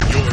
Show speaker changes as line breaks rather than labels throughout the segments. You're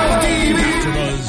AfterBuzz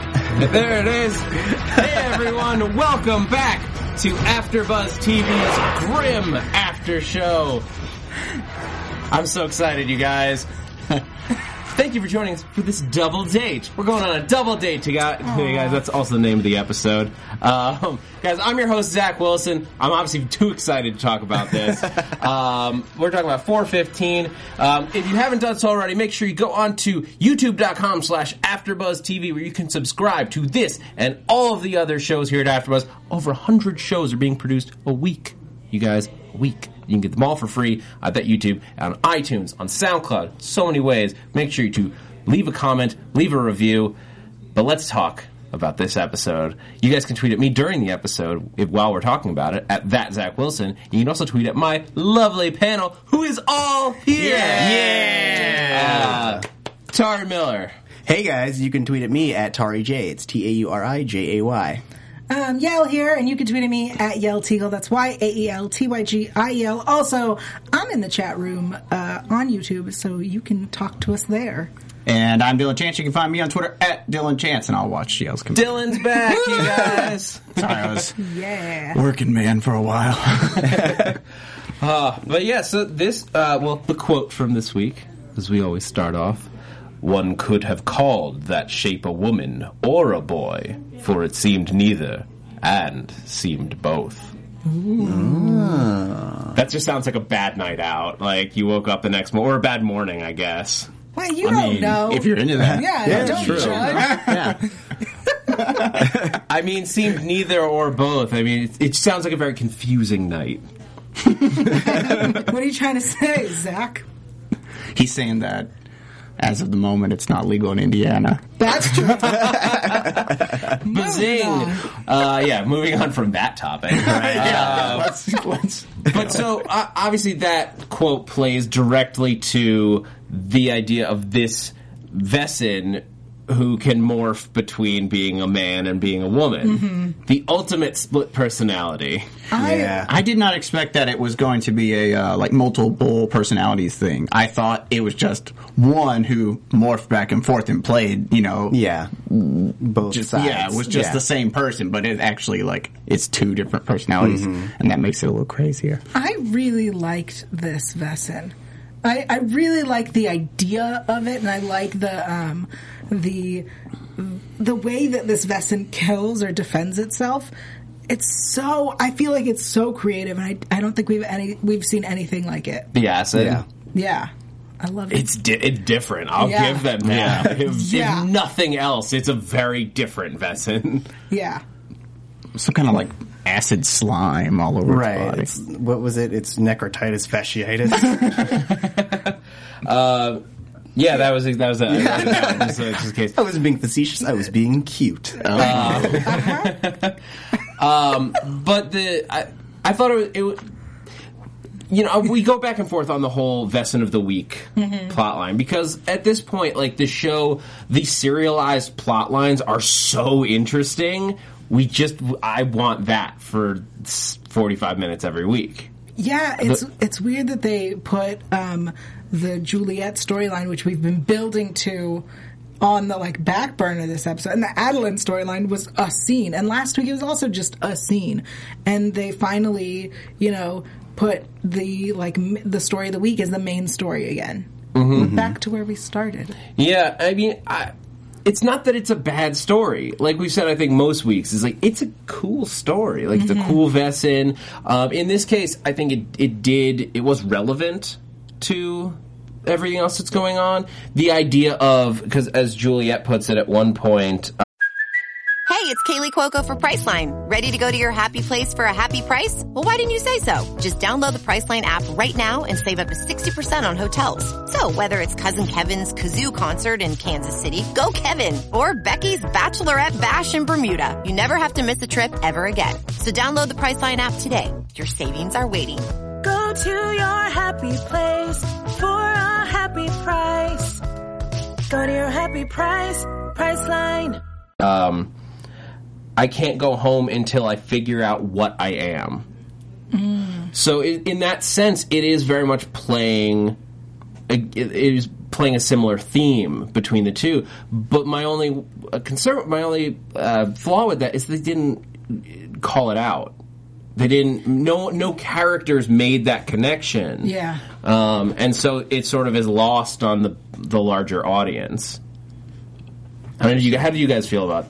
there it is. Hey everyone, welcome back to AfterBuzz TV's Grim After Show. I'm so excited, you guys. Thank you for joining us for this double date. We're going on a double date to guys. Hey guys, that's also the name of the episode. Um, guys, I'm your host Zach Wilson. I'm obviously too excited to talk about this. um, we're talking about 415. Um, if you haven't done so already, make sure you go on to youtube.com slash AfterBuzzTV where you can subscribe to this and all of the other shows here at AfterBuzz. Over 100 shows are being produced a week you guys a week. You can get them all for free at that YouTube, on iTunes, on SoundCloud, so many ways. Make sure to leave a comment, leave a review. But let's talk about this episode. You guys can tweet at me during the episode if, while we're talking about it at that Zach Wilson. You can also tweet at my lovely panel, who is all here. Yeah, uh, Tari Miller.
Hey guys, you can tweet at me at Tari J. It's T A U R I J A Y.
Um, Yale here, and you can tweet at me at Yale Teagle. That's Y A E L T Y G I E L. Also, I'm in the chat room uh, on YouTube, so you can talk to us there.
And I'm Dylan Chance. You can find me on Twitter at Dylan Chance, and I'll watch Yale's compete.
Dylan's back, you guys.
Sorry, I was
Yeah.
working man for a while.
But yeah, so this, uh, well, the quote from this week, as we always start off one could have called that shape a woman or a boy, for it seemed neither and seemed both. That just sounds like a bad night out. Like you woke up the next morning, or a bad morning, I guess.
Well, you don't know.
if you're into that.
Oh, yeah, don't
true.
judge.
I mean, seemed neither or both. I mean, it, it sounds like a very confusing night.
What are you trying to say, Zach?
He's saying that as of the moment, it's not legal in Indiana.
That's true.
Bazing!
Oh,
Uh, yeah, moving on from that topic. Uh,
yeah, let's, let's-
But so uh, obviously that quote plays directly to the idea of this Vessin who can morph between being a man and being a woman.
Mm-hmm.
The ultimate split personality.
I,
I did not expect that it was going to be a uh, like multiple personalities thing. I thought it was just one who morphed back and forth and played. You know,
Yeah, both
just
sides.
yeah, it was just
Yeah.
the same person, but it actually like it's two different personalities,
Mm-hmm.
and that makes it a little crazier.
I really liked this Vessin. I, I really like the idea of it, and I like the um, the the way that this Vessin kills or defends itself. It's so I feel like it's so creative, and I, I don't think we've any we've seen anything like it.
The acid.
Yeah.
Yeah, I love it.
It's di- it's different. I'll
Yeah.
give them that. If, if
Yeah.
nothing else, it's a very different Vessin.
yeah,
some kind of like acid slime all over its
right.
body.
It's, what was it? It's necrotitis fasciitis.
Yeah, that was that was that. just, uh, just in case.
I wasn't being facetious. I was being cute.
but the I, I thought it was, it was you know we go back and forth on the whole Vesson of the Week plot line because at this point like the show the serialized plot lines are so interesting we just I want that for s- 45 minutes every week
yeah. It's it's weird that they put um, the Juliet storyline, which we've been building to, on the like back burner this episode. And the Adeline storyline was a scene, and last week it was also just a scene. And they finally, you know, put the like m- the story of the week as the main story again. Back to where we started.
Yeah, I mean, I, it's not that it's a bad story. Like we've said, I think most weeks is like it's a cool story. Like it's a cool Vessin. Um, in this case, I think it it did it was relevant to everything else that's going on. The idea of because as Juliet puts it at one point,
Hey, it's Kaylee Cuoco for Priceline. Ready to go to your happy place for a happy price? Well, why didn't you say so? Just download the Priceline app right now and save up to 60% on hotels. So whether it's Cousin Kevin's Kazoo concert in Kansas City, go Kevin, or Becky's Bachelorette Bash in Bermuda, you never have to miss a trip ever again. So download the Priceline app today. Your savings are waiting.
Go to your happy place for a happy price. Go to your happy price, price line.
um, I can't go home until I figure out what I am. So in, in that sense, it is very much playing. It, it is playing a similar theme between the two. But my only uh, concern, my only uh, flaw with that is they didn't call it out. They didn't. No, no characters made that connection.
Yeah.
Um, and so it sort of is lost on the the larger audience. How did you? How do you guys feel about?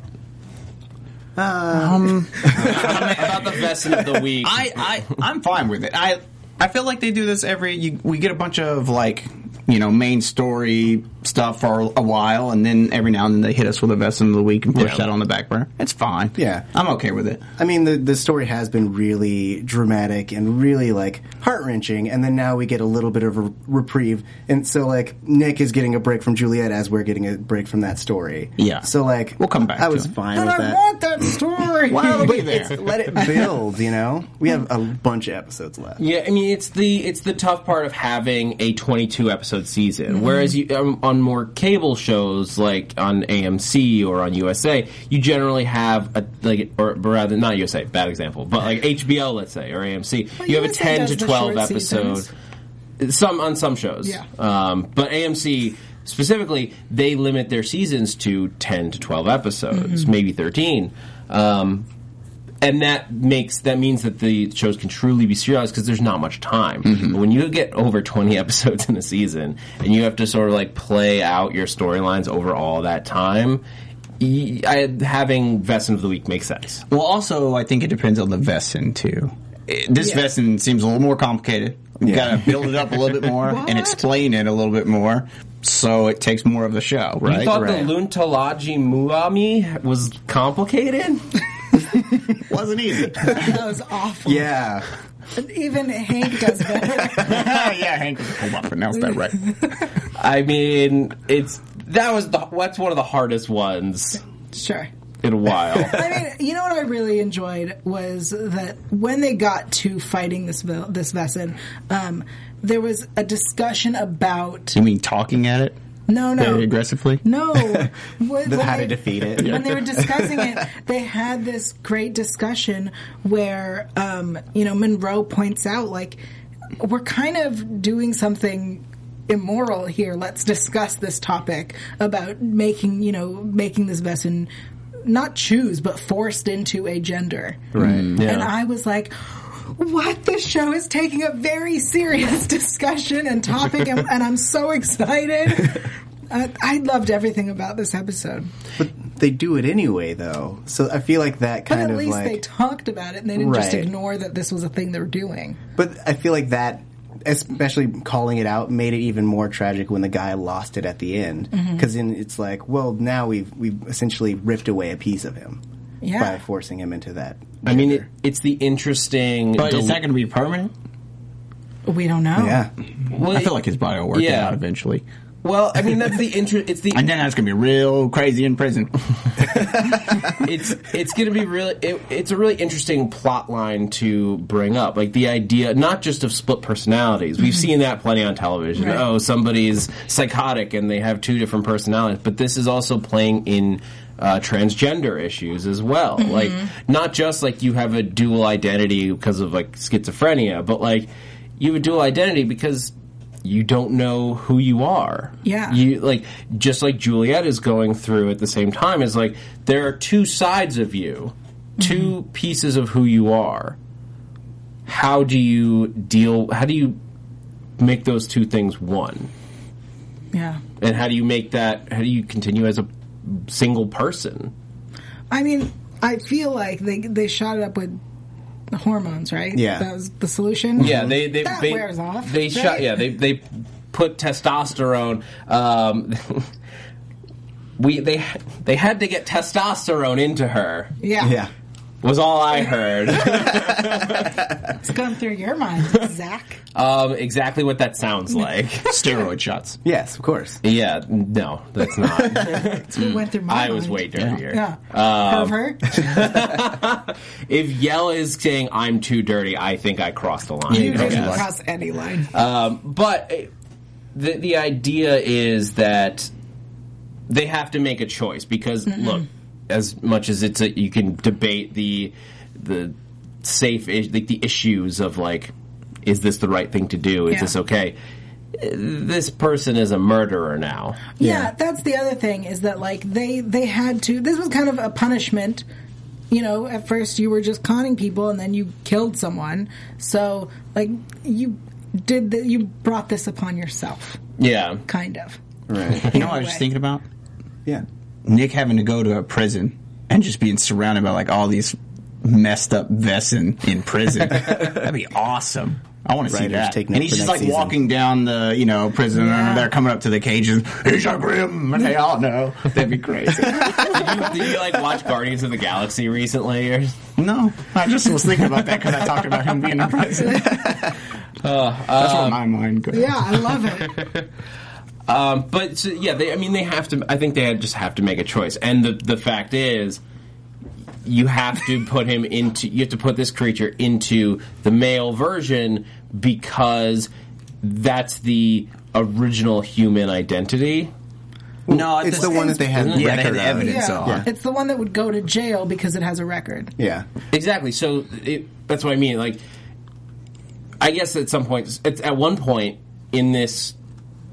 Um, about the vesting of the week.
I, I I'm fine with it. I I feel like they do this every. You, we get a bunch of like you know main story stuff for a while, and then every now and then they hit us with a vest of the week and push
Yeah.
that on the back burner. It's fine.
Yeah.
I'm okay with it.
I mean, the the story has been really dramatic and really like heart wrenching, and then now we get a little bit of a reprieve, and so like Nick is getting a break from Juliet as we're getting a break from that story.
Yeah.
So like,
We'll come back
I
to
was
it.
fine
But
with
I
that.
want that story.
Why are we
It's-
there?
let it build, you know. We have a bunch of episodes left.
yeah, I mean it's the it's the tough part of having a 22 episode season.
Mm-hmm.
Whereas you um, on more cable shows like on AMC or on USA, you generally have a like or rather not USA, bad example, but like HBO let's say or AMC,
Well,
you have a
USA
10 to
does the
12
short
episode.
seasons.
some on some shows.
Yeah.
Um, but AMC specifically, they limit their seasons to ten to twelve episodes, maybe thirteen. Um, and that makes that means that the shows can truly be serialized because there's not much time. But when you get over twenty episodes in a season and you have to sort of like play out your storylines over all that time, y I having Vesson of the Week makes sense.
Well, also I think it depends on the vessin too. It- This
Yeah.
vessin seems a little more complicated. You gotta build it up a little bit more and explain it a little bit more, so it takes more of the show, right?
you thought
right.
the Luntalaji Muami was complicated?
wasn't easy.
That was awful.
Yeah.
Even Hank does better.
yeah, Hank was hold on, pronounce that right.
I mean, it's that was the that's one of the hardest ones
sure.
in a while.
I mean, you know what I really enjoyed was that when they got to fighting this vil- this Vessin, um, there was a discussion about
You mean talking at it?
no, no,
Very aggressively?
No, When- when
how to
they-
defeat it.
When they were discussing it, they had this great discussion where um, you know Monroe points out like we're kind of doing something immoral here. Let's discuss this topic about making you know making this Vesson not choose but forced into a gender. Right. And I was like. What the show is taking a very serious discussion and topic, and, and I'm so excited. I, I loved everything about this episode.
But they do it anyway, though. So I feel like that
But
kind
at
of
least
like.
they talked about it and they didn't just
Right.
ignore that this was a thing they were doing.
but I feel like that, especially calling it out, made it even more tragic when the guy lost it at the end. Because then it's like, well, now we've we've essentially ripped away a piece of him
Yeah.
by forcing him into that.
I mean, it, it's the interesting.
But
del-
is that going to be permanent?
We don't know.
Yeah.
well,
I feel like his body will work it
Yeah.
out eventually.
well, I mean, that's the inter- It's the
And then that's going to be real crazy in prison.
it's it's going to be really it, it's a really interesting plot line to bring up like the idea not just of split personalities we've seen that plenty on television
Right.
oh somebody's psychotic and they have two different personalities but this is also playing in uh, transgender issues as well like not just like you have a dual identity because of like schizophrenia but like you have a dual identity because you don't know who you are.
Yeah.
You like just like Juliet is going through at the same time is like there are two sides of you, two
Mm-hmm.
pieces of who you are. How do you deal how do you make those two things one?
Yeah.
And how do you make that how do you continue as a single person?
I mean, I feel like they they shot it up with hormones, right?
Yeah.
That was the solution.
Yeah, they they
Mm-hmm. That
they,
wears off,
They shot.
right?
Yeah, they they put testosterone. Um, we they they had to get testosterone into her.
Yeah.
Yeah.
Was all I heard.
It's gone through your mind, Zach.
um, exactly what that sounds like. Steroid shots.
Yes, of course.
Yeah, no, that's not.
It's what went through my
Um, I
mind.
was way dirtier. Um,
Yeah. Pervert.
If Yell is saying I'm too dirty, I think I crossed the line.
You
Okay.
didn't cross any line.
but uh, the the idea is that they have to make a choice because
Mm-hmm.
look, as much as it's a, you can debate the the safe is- like the issues of like is this the right thing to do? Is
Yeah.
this okay? Uh, This person is a murderer now.
yeah. that's the other thing is that like they they had to this was kind of a punishment you know at first you were just conning people and then you killed someone so like you did that you brought this upon yourself
Yeah.
kind of
You know what I
way.
was just thinking about?
Yeah.
Nick having to go to a prison and just being surrounded by like all these messed up Vesson in prison. That'd be awesome. I want to see
Writers
that.
take note
and he's
for
just
next
like
season.
walking down the, you know, prison and they're coming up to the cages. He's a grim, and they all know. That'd be crazy.
Did you, did you like watch Guardians of the Galaxy recently? Or
no, I just was thinking about that because I talked about him being in prison.
Oh,
That's
uh,
where my mind goes.
yeah i love it
Um, but so, yeah, they, I mean, they have to. I think they just have to make a choice. And the the fact is, you have to put him into. You have to put this creature into the male version because that's the original human identity.
No,
It's the one that they had
Yeah, they
record
had
of.
evidence
yeah.
on.
it's the one that would go to jail because it has a record
Yeah.
Exactly. So it, that's what I mean. Like, I guess at some point, at, at one point in this,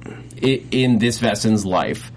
i- in this Vessin's life,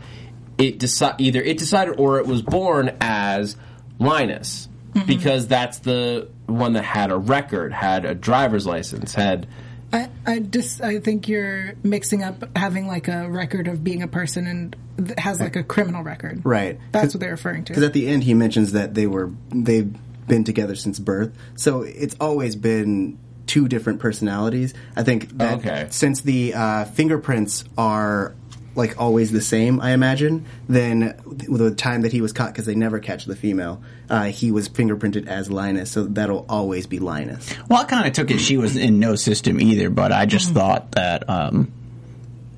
it deci- either it decided or it was born as Linus
Mm-hmm.
because that's the one that had a record, had a driver's license, had
I, I just I think you're mixing up having like a record of being a person and th- has like a criminal record.
Right.
That's what they're referring to.
Because at the end, he mentions that they were they've been together since birth, so it's always been two different personalities. I think that
Okay.
since the uh, fingerprints are like always the same, I imagine. Then with the time that he was caught, because they never catch the female, uh, he was fingerprinted as Linus, so that'll always be Linus.
Well, I kind of took it she was in no system either, but I just thought that um,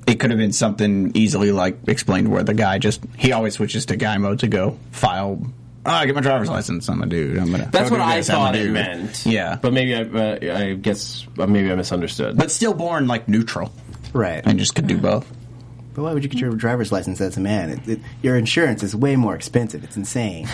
it could have been something easily like explained where the guy just he always switches to guy mode to go file. Oh, I get my driver's license. I'm a dude. I'm gonna.
that's
go
what
do
I
this, I'm a
thought it
dude.
meant.
Yeah,
but
but
maybe I, uh, I guess uh, maybe I misunderstood.
but still born like neutral
Right.
and just could
Mm.
do both.
But why would you get your driver's license as a man? It, it, your insurance is way more expensive. It's insane.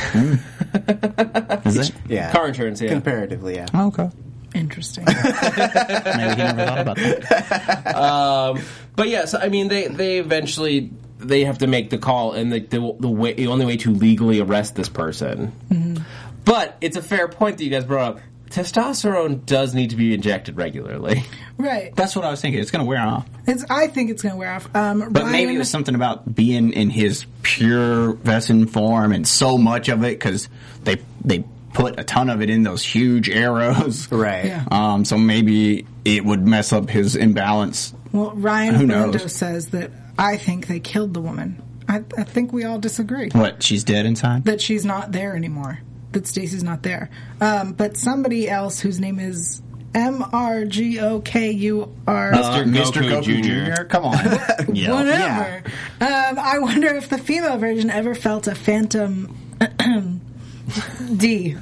Is it?
Yeah.
car insurance, yeah.
Comparatively, yeah.
Oh, okay.
Interesting.
Maybe he never thought about that.
But yes, I mean they they eventually they have to make the call, and the the, the way the only way to legally arrest this person.
Mm-hmm.
But it's a fair point that you guys brought up. Testosterone does need to be injected regularly.
right.
That's what I was thinking. It's gonna wear off.
It's, I think it's going to wear off. Um,
But
Ryan,
maybe it was something about being in his pure Vessin form and so much of it because they they put a ton of it in those huge arrows,
Right.
Yeah.
Um, so maybe it would mess up his imbalance.
Well, Ryan
Who
Brando
knows?
says that I think they killed the woman. I, I think we all disagree
What she's dead inside?
that she's not there anymore. That Stacy's not there. Um, but somebody else whose name is M R G O K U R.
Mr. Goku Jr..
Come on, Uh, yeah.
whatever. Um, I wonder if the female version ever felt a phantom D.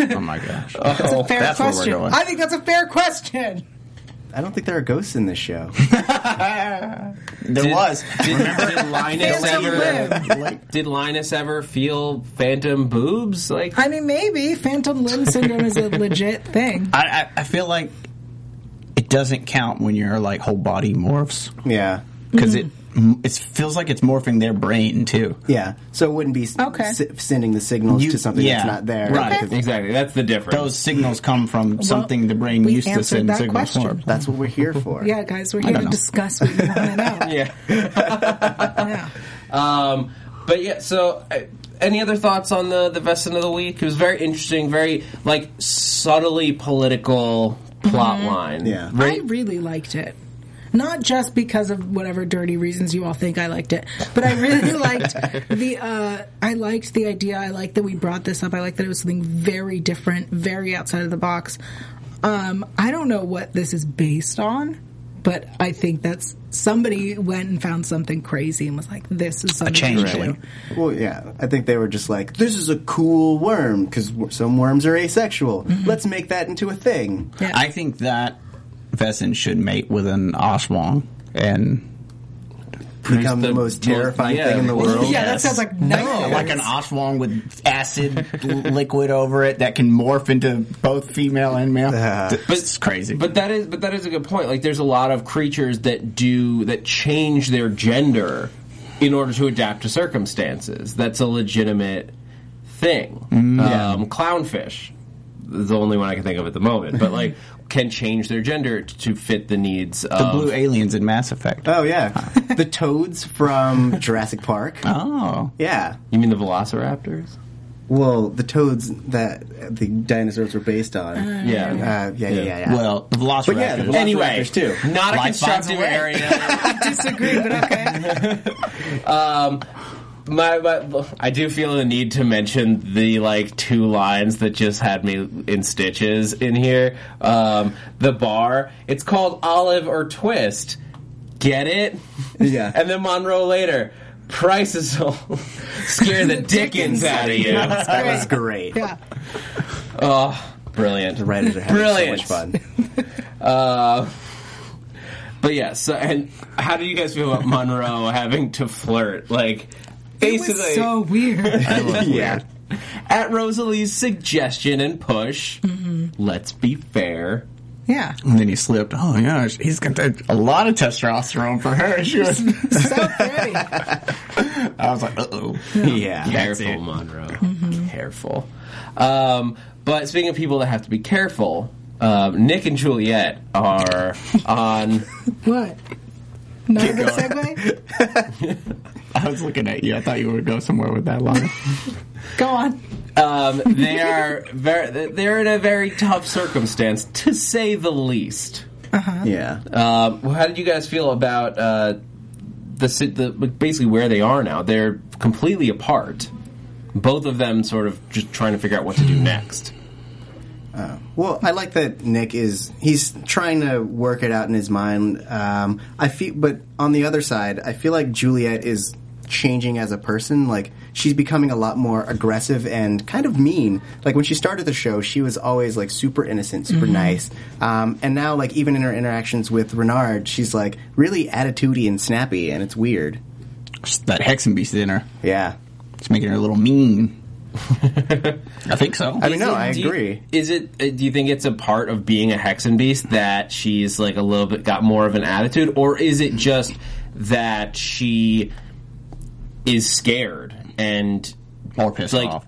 Oh my gosh.
That's a fair
Oh, that's where we're
question.
going.
I think that's a fair question.
I don't think there are ghosts in this show.
there was.
Did, did Linus
Phantom
ever did Linus ever feel phantom boobs? Like
I mean, maybe phantom limb syndrome is a legit thing.
I, I, I feel like it doesn't count when your like whole body morphs
Yeah.
because it it feels like it's morphing their brain too.
Yeah. So it wouldn't be s-
Okay.
s- sending the signals
You-
to something that's
yeah.
not there.
Right.
Because
Exactly. That's the difference.
Those signals come from something the brain
we
used to
answered
send
that
signals
question.
for.
That's what we're here for.
Yeah, guys, we're here
don't
to
know.
discuss what you want to know.
yeah.
yeah.
Um, but yeah, so uh, any other thoughts on the the Vesson of the Week? It was very interesting, very like subtly political plot line.
Yeah.
Very-
Mm-hmm. I really liked it. Not just because of whatever dirty reasons you all think I liked it, but I really liked the uh, I liked the idea. I liked that we brought this up. I liked that it was something very different, very outside of the box. Um, I don't know what this is based on, but I think that's somebody went and found something crazy and was like, "This is something
changeling.
we should do.
Well, yeah. I think they were just like, this is a cool worm because some worms are asexual. Let's make that into a thing.
Yeah.
I think that Vesson should mate with an Oswong and
Become the,
the
most
most-
terrifying
yeah.
thing in the world.
Yeah, that sounds like no.
like an Oswong with acid l- liquid over it that can morph into both female and male. but it's crazy.
But that is but that is a good point. Like there's a lot of creatures that do that change their gender in order to adapt to circumstances. That's a legitimate thing.
Mm,
Um, clownfish is the only one I can think of at the moment, but like can change their gender t- to fit the needs of
the blue aliens in Mass Effect.
Oh, yeah. the toads from Jurassic Park.
oh.
Yeah.
You mean the velociraptors?
Well, the toads that the dinosaurs were based on.
Uh-huh.
Yeah.
Uh, yeah, yeah, yeah, yeah.
Well, the Velociraptor.
But yeah, the Velociraptors
Anyway,
too.
not a
Life finds a
constructive
way.
area.
disagree, but okay.
Um, My, my, I do feel the need to mention the like two lines that just had me in stitches in here. Um, the bar, it's called Olive or Twist. Get it?
Yeah.
And then Monroe later, prices will scare the dickens out of you.
that was great.
Yeah.
Oh, brilliant!
The writers are having
Brilliant.
so much fun.
Uh, but yeah, so and how do you guys feel about Monroe having to flirt? Like,
It
basically,
was so weird.
yeah. At Rosalie's suggestion and push,
Mm-hmm.
let's be fair.
Yeah.
And then he slipped. Oh yeah, he's got that- a lot of testosterone for her. She was,
So pretty.
I was like, uh oh.
Yeah.
That's
Careful,
it.
Monroe.
Mm-hmm.
Careful. Um, but speaking of people that have to be careful, um, Nick and Juliet are on.
What? Not a good segue?
I was looking at you. I thought you would go somewhere with that line.
Go on.
Um, they are very. They're in a very tough circumstance, to say the least.
Yeah.
Um, well, how did you guys feel about uh, the, si- the basically where they are now? They're completely apart. Both of them sort of just trying to figure out what to do next.
Well, I like that Nick is he's trying to work it out in his mind. Um, I feel, but on the other side, I feel like Juliet is changing as a person. Like she's becoming a lot more aggressive and kind of mean. Like when she started the show, she was always like super innocent, super
Mm-hmm.
nice. Um, and now, like even in her interactions with Renard, she's like really attitudey and snappy, and it's weird.
that Hexen beast in her.
Yeah.
It's making her a little mean. I think so.
I mean,
Is
no,
it-
I
do you-
agree.
is it? uh, Do you think it's a part of being a hexen beast that she's like a little bit got more of an attitude, or is it just that she is scared and
Or pissed
like
off.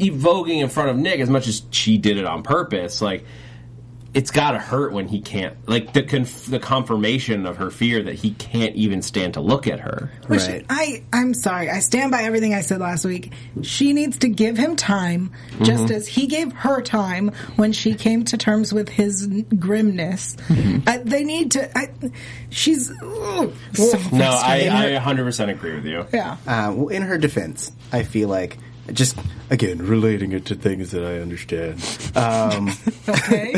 evoking in front of Nick as much as she did it on purpose? Like, it's got to hurt when he can't. Like the conf- the confirmation of her fear that he can't even stand to look at her.
Which
Right.
I, I'm sorry. I stand by everything I said last week. She needs to give him time, just
Mm-hmm.
as he gave her time when she came to terms with his n- grimness. I, they need to. I, she's. ugh, so
Mm-hmm. No,
frustrating.
I, I 100% agree with you.
yeah.
Uh, well, in her defense, I feel like just again relating it to things that I understand. Um,
Okay.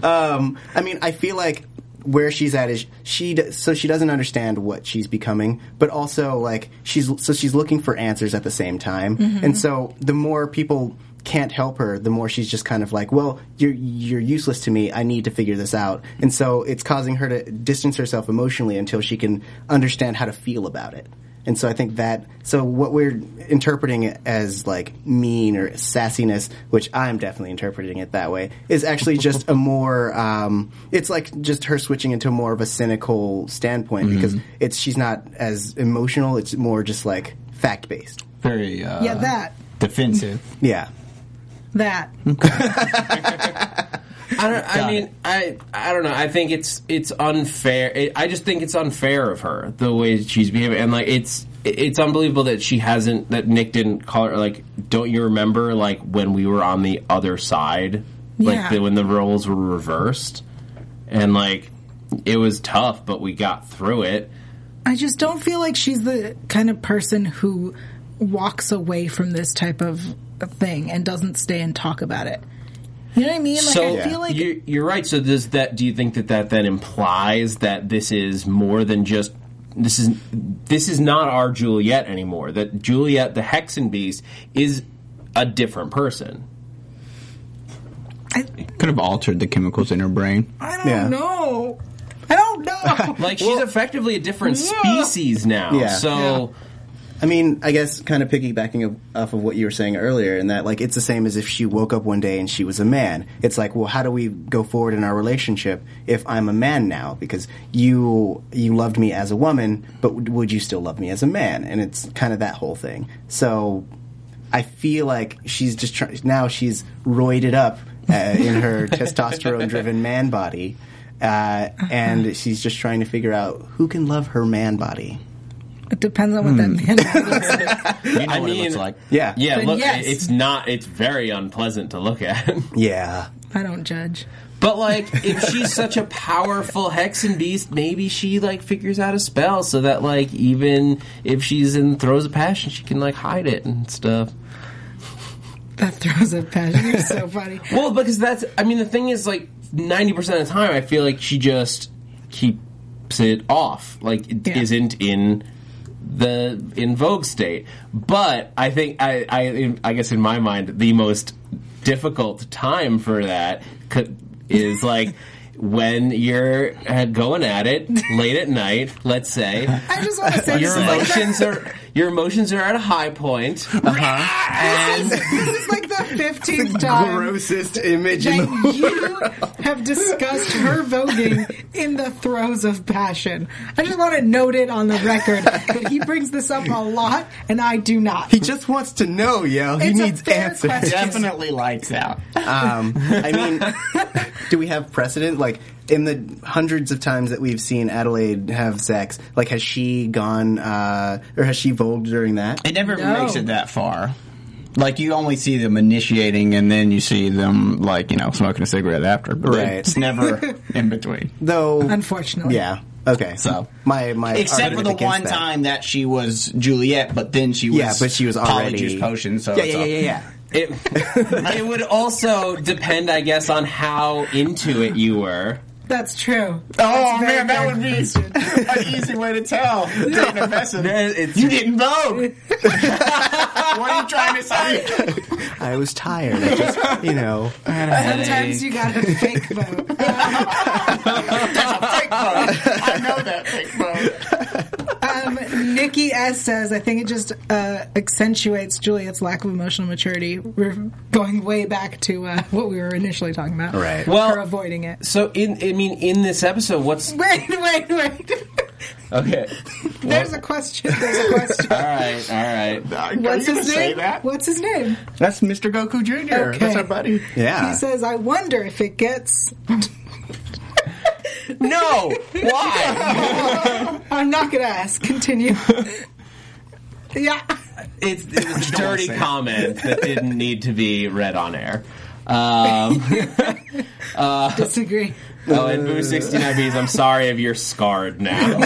um, I mean, I feel like where she's at is she d- so she doesn't understand what she's becoming, but also like she's so she's looking for answers at the same time, and so the more people can't help her, the more she's just kind of like, well, you're you're useless to me. I need to figure this out, and so it's causing her to distance herself emotionally until she can understand how to feel about it. And so I think that so what we're interpreting it as like mean or sassiness, which I'm definitely interpreting it that way, is actually just a more um, it's like just her switching into more of a cynical standpoint because it's she's not as emotional. It's more just like fact based.
Very uh,
Yeah, that.
defensive.
Yeah.
That.
I don't. I mean, I I don't know. I think it's it's unfair. It, I just think it's unfair of her the way she's behaving, and like it's it's unbelievable that she hasn't that Nick didn't call her. Like, don't you remember like when we were on the other side, like
Yeah.
the, when the roles were reversed, and like it was tough, but we got through it.
I just don't feel like she's the kind of person who walks away from this type of thing and doesn't stay and talk about it. You know what I mean? Like
so
I feel like
you, you're right. So does that? Do you think that that then implies that this is more than just this is this is not our Juliet anymore? That Juliet, the Hexen Beast, is a different person.
Could have altered the chemicals in her brain.
I don't
Yeah.
know. I don't know.
Like she's effectively a different
Yeah.
species now.
Yeah.
So
I mean, I guess kind of piggybacking of- off of what you were saying earlier, in that like it's the same as if she woke up one day and she was a man. It's like, well, how do we go forward in our relationship if I'm a man now? Because you you loved me as a woman, but w- would you still love me as a man? And it's kind of that whole thing. So I feel like she's just trying now. She's roided up uh, in her testosterone-driven man body, uh, and she's just trying to figure out who can love her man body.
it depends on what that
Hmm.
man is.
You know
I
what
mean-
it looks like.
Yeah,
yeah,
But
look,
yes.
it's not. It's very unpleasant to look at.
yeah.
I don't judge.
But like, if she's such a powerful hexen beast, maybe she like figures out a spell so that like even if she's in throes of passion, she can like hide it and stuff.
That throws a passion. You're so funny.
Well, because that's I mean the thing is like ninety percent of the time I feel like she just keeps it off, like it
Yeah.
not in the in vogue state. But I think I I I guess in my mind the most difficult time for that could, is like. When you're uh, going at it late at night, let's say,
I just want to say
your
this is, like the,
emotions are your emotions are at a high point, and
this is like the 15th time
grossest image in the
that you have discussed her voguing in the throes of passion. I just want to note it on the record that he brings this up a lot, and I do not.
He just wants to know, yo. He
It's a
needs
fair
answers.
question.
Definitely lights out.
Um, I mean, do we have precedent? Like in the hundreds of times that we've seen Adelaide have sex, like has she gone uh, or has she vogued during that?
It never
No.
makes it that far. Like you only see them initiating, and then you see them like you know smoking a cigarette after. But
Right.
It's never in between.
Though,
Unfortunately.
yeah. Okay,
So-
my my
Except for
argument
the
against
one
that.
time that she was Juliet, but then she was
Yeah, but she was already
polyjuice potion. So
yeah,
it's
yeah,
a-
yeah, yeah, yeah.
It, it would also depend, I guess, on how into it you were.
That's true.
Oh
That's very
man, that
fair
would be
question.
an easy way to tell. Dana Besson,
It's-
you didn't vote. what are you trying to say?
I was tired. I just, you know,
Sometimes you gotta fake vote.
Fake vote. I know that fake vote.
Um, Nikki S says, I think it just uh, accentuates Juliet's lack of emotional maturity. We're going way back to uh, what we were initially talking about.
Right.
Well,
Well-
for avoiding it.
So, in I mean, in this episode, what's
Wait, wait, wait.
okay?
There's a question. There's a question.
All right, all right.
Are
What's
you gonna
his
say
name?
that?
What's his name?
That's Mr. Goku Jr. That's our buddy.
yeah.
He says, I wonder if it gets.
No, why?
I'm not gonna ask. Continue. yeah.
It's, it was a dirty
say it.
comment that didn't need to be read on air. Um,
Disagree.
oh, and Boo 69Bs, I'm sorry if you're scarred now.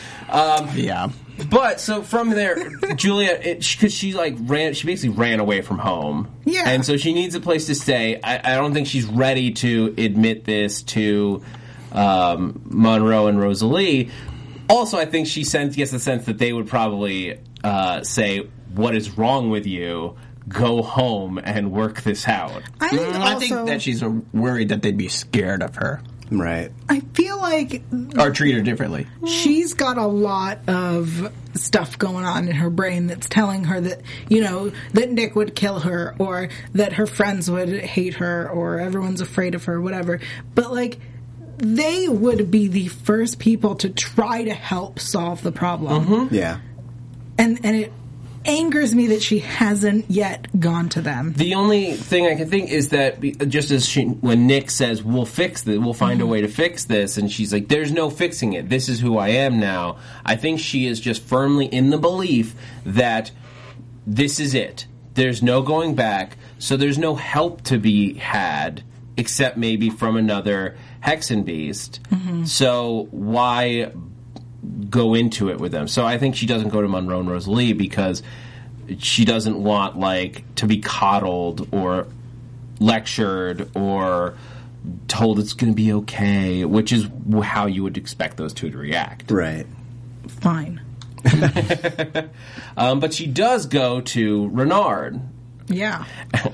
Yeah.
But so from there, Julia, because she like ran, she basically ran away from home.
Yeah.
and so she needs a place to stay. I, I don't think she's ready to admit this to um, Monroe and Rosalie. Also, I think she sends gets the sense that they would probably uh, say, "What is wrong with you? Go home and work this out."
Mm, I think, also,
Mm, I think that she's worried that they'd be scared of her.
Right.
I feel like
Or treat her differently.
she's got a lot of stuff going on in her brain that's telling her that you know that Nick would kill her or that her friends would hate her or everyone's afraid of her whatever but like they would be the first people to try to help solve the problem
Yeah.
and and it angers me that she hasn't yet gone to them
The only thing I can think is that be- just as she, when Nick says, "We'll fix this, we'll find a way to fix this," and she's like, "There's no fixing it. This is who I am now." I think she is just firmly in the belief that this is it. There's no going back, so there's no help to be had except maybe from another hexen beast. So why go into it with them? So I think she doesn't go to Monroe and Rosalie because she doesn't want like to be coddled or lectured or told it's going to be okay, which is w- how you would expect those two to react.
Right.
fine
Um, but she does go to Renard.
yeah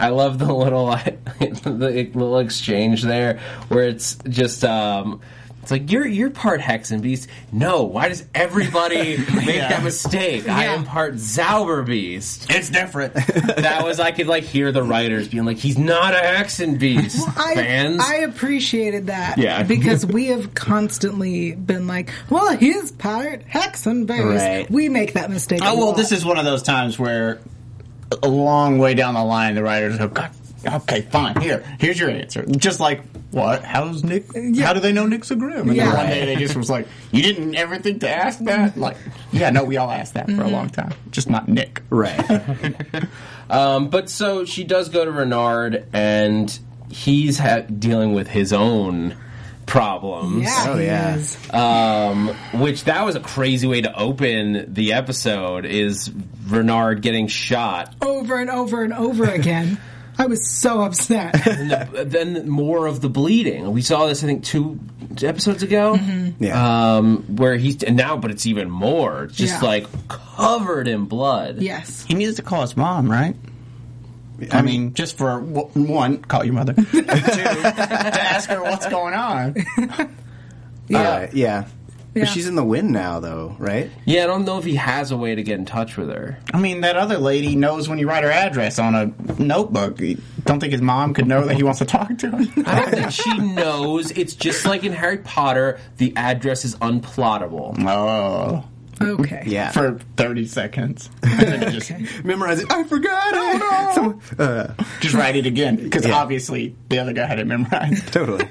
I love the little the little exchange there where it's just. Um, it's like you're you're part hex and beast. No, why does everybody make that mistake? I am part Zauber beast.
It's different.
that was I could like hear the writers being like, he's not a hexen beast.
I,
fans,
I appreciated that.
Yeah.
because we have constantly been like, well, he's pirate Hexen base.
Right.
We make that mistake.
Oh
a
well,
lot.
this is one of those times where a long way down the line, the writers go, "God, okay, fine, here, here's your answer." Just like what? How's Nick? How do they know Nick's a grim? And
Yeah.
then one day they just was like, "You didn't ever think to ask that?" Like, yeah, no, we all asked that for a long time, just not Nick.
Right.
Um, but so she does go to Renard, and he's ha- dealing with his own problems.
Yeah,
Oh,
he
yeah.
is.
Um, which that was a crazy way to open the episode is Renard getting shot,
Over and over and over again. I was so upset.
and the, then more of the bleeding. We saw this, I think, two episodes ago.
Mm-hmm.
Yeah.
Um, where he's and now, but it's even more. It's just
Yeah.
like covered in blood.
yes.
He needs to call his mom, right? I mean, just for w- one, call your mother. Two, to ask her what's going on.
yeah. yeah.
Yeah.
But she's in the wind now, though, right?
Yeah, I don't know if he has a way to get in touch with her.
I mean, that other lady knows when you write her address on a notebook. You Don't think his mom could know that he wants to talk to him.
I don't think she knows. It's just like in Harry Potter, the address is unplottable.
Oh,
Okay.
Yeah.
for thirty seconds, And then it just
Memorize it. I forgot. Oh no.
just write it again because
Yeah.
obviously the other guy had it memorized.
totally.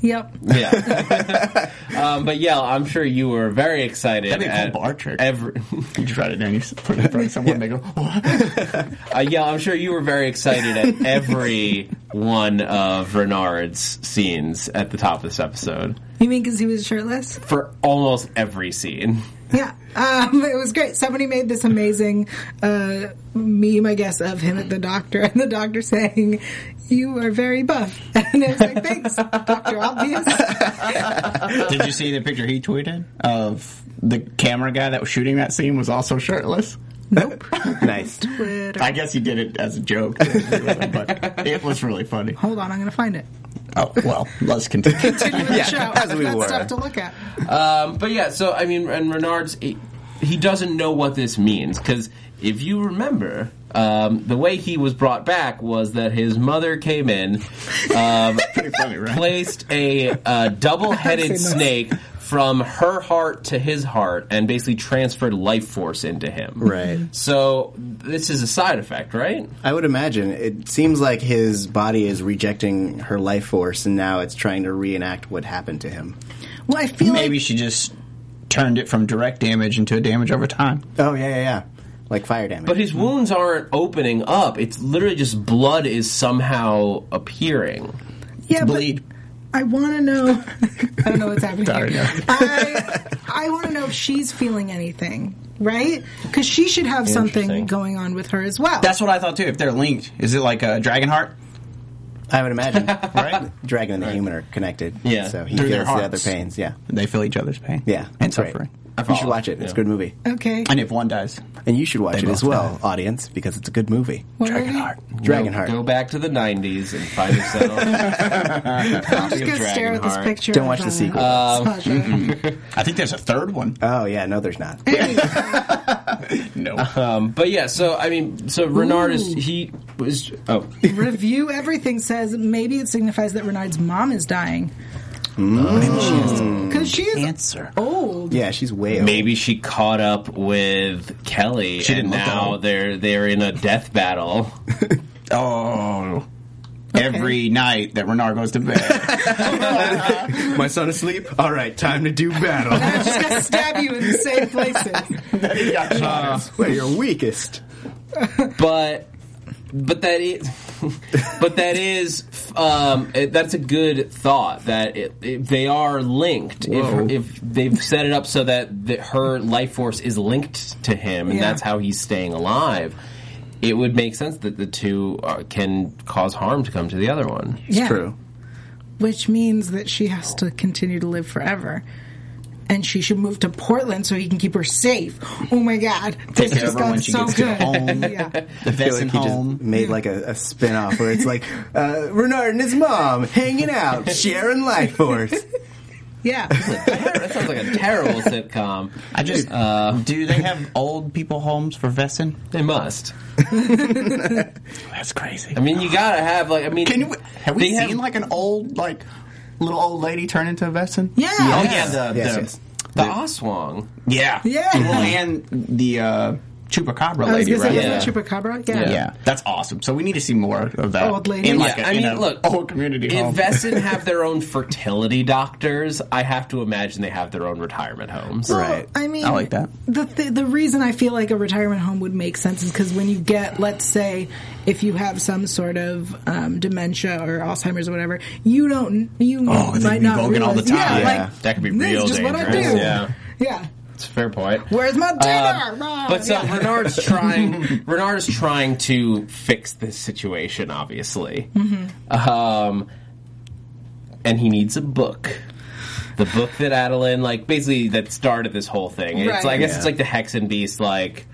Yep.
Yeah. um, but yeah, I'm sure you were very excited.
That'd be a cool
at
bar trick.
Every,
You just write it down. You just put it in front of someone. They go, "Oh."
uh, yeah, I'm sure you were very excited at every one of Renard's scenes at the top of this episode
You mean because he was shirtless?
for almost every scene.
Yeah, um, it was great. Somebody made this amazing uh, meme, I guess, of him at the doctor, and the doctor saying, "You are very buff," and I was like, "Thanks, Doctor Obvious."
Did you see the picture he tweeted of the camera guy that was shooting that scene was also shirtless?
Nope.
nice.
Twitter.
I guess he did it as a joke, but it was really funny.
Hold on, I'm going to find it.
Oh well, let's continue.
Continue with
Yeah,
the show.
as
I've
we
got
were.
stuff to look at.
Um, but yeah, so I mean, and Renard's he, he doesn't know what this means because if you remember, um, the way he was brought back was that his mother came in, um,
Pretty funny, right?
placed a, uh double-headed
I've seen this.
snake from her heart to his heart, and basically transferred life force into him.
Right.
So this is a side effect, right?
I would imagine it seems like his body is rejecting her life force, and now it's trying to reenact what happened to him.
Well, I feel
Maybe
like
she just turned it from direct damage into a damage over time.
Oh yeah, yeah, yeah. Like fire damage.
But his wounds aren't opening up. It's literally just blood is somehow appearing.
yeah,
Bleed.
But I want to know. I don't know what's happening.
Sorry,
here.
no.
I I want to know if she's feeling anything, right? Because she should have something
Interesting.
going on with her as well.
That's what I thought too. If they're linked, is it like a dragon heart?
I would imagine
Right?
dragon and the human are connected.
Yeah.
So he
Through their
feels the
hearts.
other pains. Yeah.
they feel each other's pain.
Yeah,
and
that's right.
suffering.
You
follow.
should watch it. It's
Yeah.
a good movie.
Okay.
And if one dies,
And you should watch it
They
as
both
well, audience, because it's a good movie.
What movie?
Dragonheart.
Dragonheart.
Go back to the 90s and find yourself. I'm
I'm just gonna stare at this picture. uh,
Don't watch the sequel. Um, mm-hmm.
I think there's a third one.
Oh yeah, no, there's not.
no.
But yeah, so I mean, so Renard is he was oh
Review everything says maybe it signifies that Renard's mom is dying
Mm.
because she is
Answer.
old.
Yeah, she's way. Old.
maybe she caught up with Kelly
She
and
didn't look
now
old.
they're they're in a death battle.
Oh. Every night that Renard goes to bed.
My son asleep. All right, time to do battle.
I'm just gonna stab you in the same places.
Uh, Where you're weakest.
but but that is but that is um, it- that's a good thought that it, it, they are linked
Whoa.
if, if they've set it up so that, that her life force is linked to him and
Yeah.
that's how he's staying alive it would make sense that the two uh, can cause harm to come to the other one
yeah.
True.
Which means that she has to continue to live forever. And she should move to Portland so he can keep her safe. Oh my god.
Take
This
care
just
of her when
got
she
so
gets to
good.
home.
yeah.
The
I feel
vet's
like
in
he
home.
just made like a, a spin off where it's like uh, Renard and his mom hanging out, sharing life force.
Yeah.
that sounds like a terrible sitcom
I just do they have old people homes for Vessin?
they must
That's crazy.
i mean you gotta have like i mean
Can you, have we
they
seen like an old like little old lady turn into a Vessin?
Yeah.
Oh
Yes.
yeah. The,
Yes,
the,
yes.
the Oswang.
Yeah.
Yeah.
Well, and the uh, chupacabra
I was
lady,
gonna
right?
say,
Yeah.
isn't that Chupacabra?
Yeah.
Yeah.
that's awesome. So we need to see more of that.
Old lady.
In like
Yeah,
a,
I
in
mean,
a
look,
old community home.
If Vessin have their own fertility doctors, I have to imagine they have their own retirement homes.
Well,
Right.
I mean,
I like that.
The th- the reason I feel like a retirement home would make sense is because when you get, let's say, if you have some sort of um, dementia or Alzheimer's or whatever, you don't you
Oh, they'd
might
be
not
voguing
realize,
all the time.
Yeah,
Yeah.
Like,
That could be
this is
real
just
dangerous,
What I do.
yeah.
yeah.
It's a fair point.
Where's my dinner?
Um,
Mom?
but so
Yeah.
Renard's trying. Renard's trying to fix this situation, obviously.
Mm-hmm.
Um, and he needs a book. The book that Adeline, like, basically that started this whole thing. It's
Right.
like, I guess
Yeah.
it's like the Hex and Beast, like,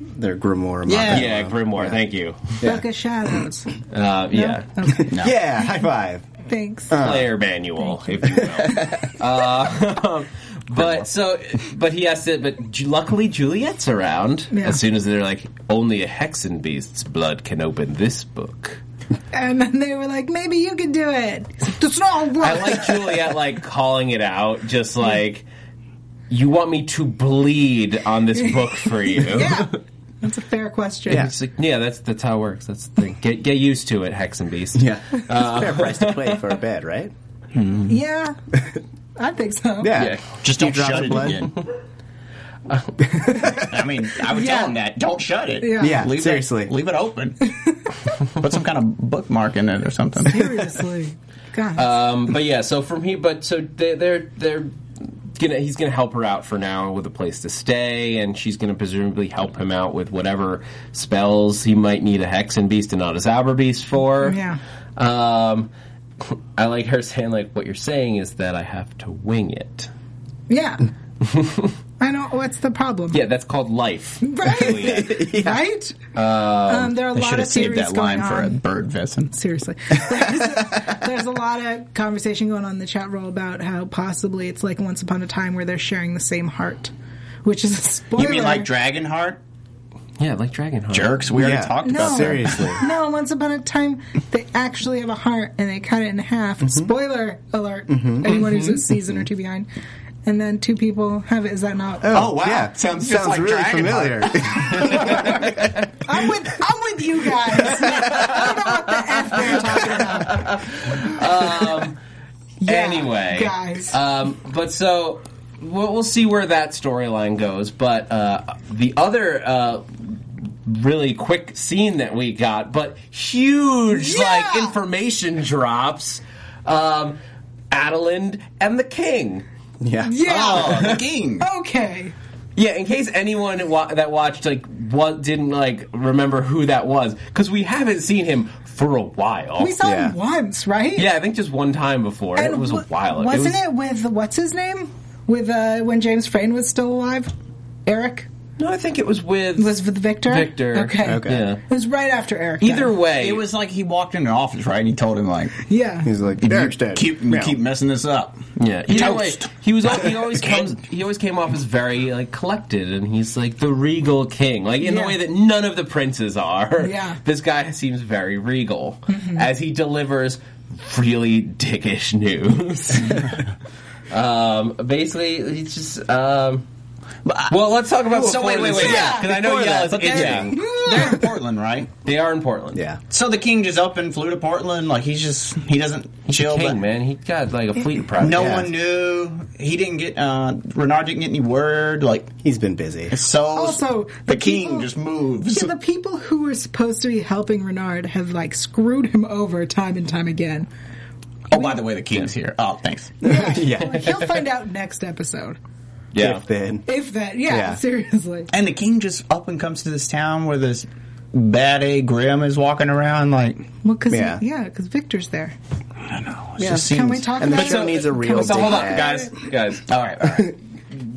They're Grimoire.
Yeah.
yeah, Grimoire. Thank you.
Book of Shadows.
Uh, Yeah, Uh.
Okay.
Yeah. High five.
Thanks.
player manual, if you will. uh, but so, but he has to. But Ju- luckily, Juliet's around.
Yeah.
As soon as they're like, only a hexen beast's blood can open this book.
and then they were like, maybe you can do it. He's like, That's not
I
right.
like Juliet like calling it out, just like. You want me to bleed on this book for you?
yeah. That's a fair question.
It's like, yeah, that's that's how it works. That's the thing. Get get used to it, Hexen Beast.
Yeah. It's a fair price to play for a bed, right?
Yeah. I think so.
Yeah.
Yeah.
Just don't
drops
shut
of
it
blood?
again. I mean, I would
Yeah.
tell him that. Don't shut it.
Yeah.
Yeah,
Leave
seriously.
It, leave it open. Put some kind of bookmark in it or something.
Seriously. God.
Um, but yeah, so from here, but so they- they're they're gonna he's gonna help her out for now with a place to stay, and she's gonna presumably help him out with whatever spells he might need a hexen beast and not a zauber beast for.
Yeah.
Um, I like her saying like, "What you're saying is that I have to wing it."
yeah. I know. What's the problem?
Yeah, that's called life.
Right? Right? Um, there are a
They
lot
should
of
have saved
theories
that
going
line for a
on.
bird vessel.
Seriously. There's, there's a lot of conversation going on in the chat roll about how possibly it's like Once Upon a Time where they're sharing the same heart, which is a spoiler.
You mean like Dragonheart?
Yeah, like Dragonheart.
Jerks. We
Yeah.
already talked
No.
about that.
Seriously.
No, once upon a time, they actually have a heart and they cut it in half.
Mm-hmm.
Spoiler alert. Anyone who's a season or two behind. And then two people have it. Is that not?
Oh, wow.
Yeah.
Sounds just like
really
Dragonheart.
familiar.
I'm with I'm with you guys. I don't know what the f they're talking about.
Um,
Yeah,
anyway,
guys.
Uh,
Um, but so we'll, we'll see where that storyline goes. But uh, the other uh, really quick scene that we got, but huge like
Yeah!
information drops. Um, Adeline and the King.
yeah.
yeah.
Oh, the king.
Okay.
Yeah, in case anyone wa- that watched like what didn't like remember who that was, because we haven't seen him for a while.
We saw
Yeah.
him once, right?
yeah, I think just one time before. and it was a
wh-
while.
Wasn't
was-
it with what's his name? with uh, when James Frain was still alive? Eric
No, I think it was with
was with Victor.
Victor.
Okay.
Okay.
Yeah.
It was right after Eric.
Either
died.
way,
It was like he walked into an office, right? And he told him like,
Yeah.
He's like,
"You
Derek's dead.
keep you
Now.
keep messing this up."
Yeah. Either way,
Toast.
he was al- he always comes he always came off as very like collected, and he's like the regal king, like in the
Yeah.
way that none of the princes are.
Yeah.
This guy seems very regal
Mm-hmm.
as he delivers really dickish news. um, basically, he's just. Um, well, let's talk about.
So wait,
before
wait,
this-
wait.
Yeah, because I know
Before
yeah,
that,
it's
but they're-
itching.
They're in Portland, right?
They are in Portland.
Yeah.
So the king just up and flew to Portland. Like he's just he doesn't chill. but
King man, he got like a fleet project.
No
Yeah.
one knew. He didn't get. uh Renard didn't get any word. Like
He's been busy.
so.
Also,
the,
the
king
people-
just moves.
Yeah, the people who were supposed to be helping Renard have like screwed him over time and time again.
oh, by the way, the king's here. Oh, thanks.
Yeah, Like, he'll find out next episode.
Yeah.
If then.
If that, yeah,
Yeah.
seriously.
And the king just up and comes to this town where this bad A Grim is walking around. Like
Well, because yeah,
Yeah.
because Victor's there.
I don't know. It
Yeah.
Oh, just
Can we
seems-
talk
And the
about
show
it?
needs a real
So hold on,
dickhead.
guys, guys.
All right. All right.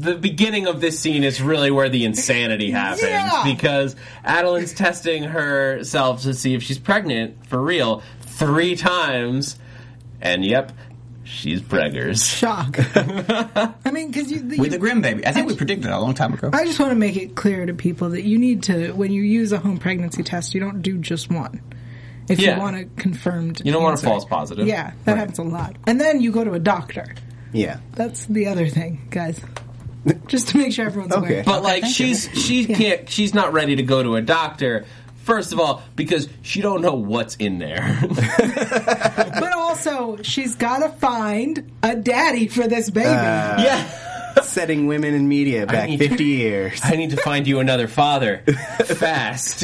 the beginning of this scene is really where the insanity happens
Yeah.
because Adeline's testing herself to see if she's pregnant for real three times, and yep, she's preggers.
shock? I mean, because you,
with
you
the Grim baby. I think we predicted that a long time ago. Oh,
I just want to make it clear to people that you need to when you use a home pregnancy test, you don't do just one. If
Yeah.
you want a confirmed,
You don't want a
answer.
false positive.
Yeah, that happens a lot. And then you go to a doctor.
Yeah.
That's the other thing, guys. Just to make sure everyone's
Okay.
aware.
But like she's she can't she's not ready to go to a doctor. First of all, because she don't know what's in there.
But also, she's got to find a daddy for this baby.
Uh,
yeah.
Setting women in media back
need-
50 years.
I need to find you another father. Fast.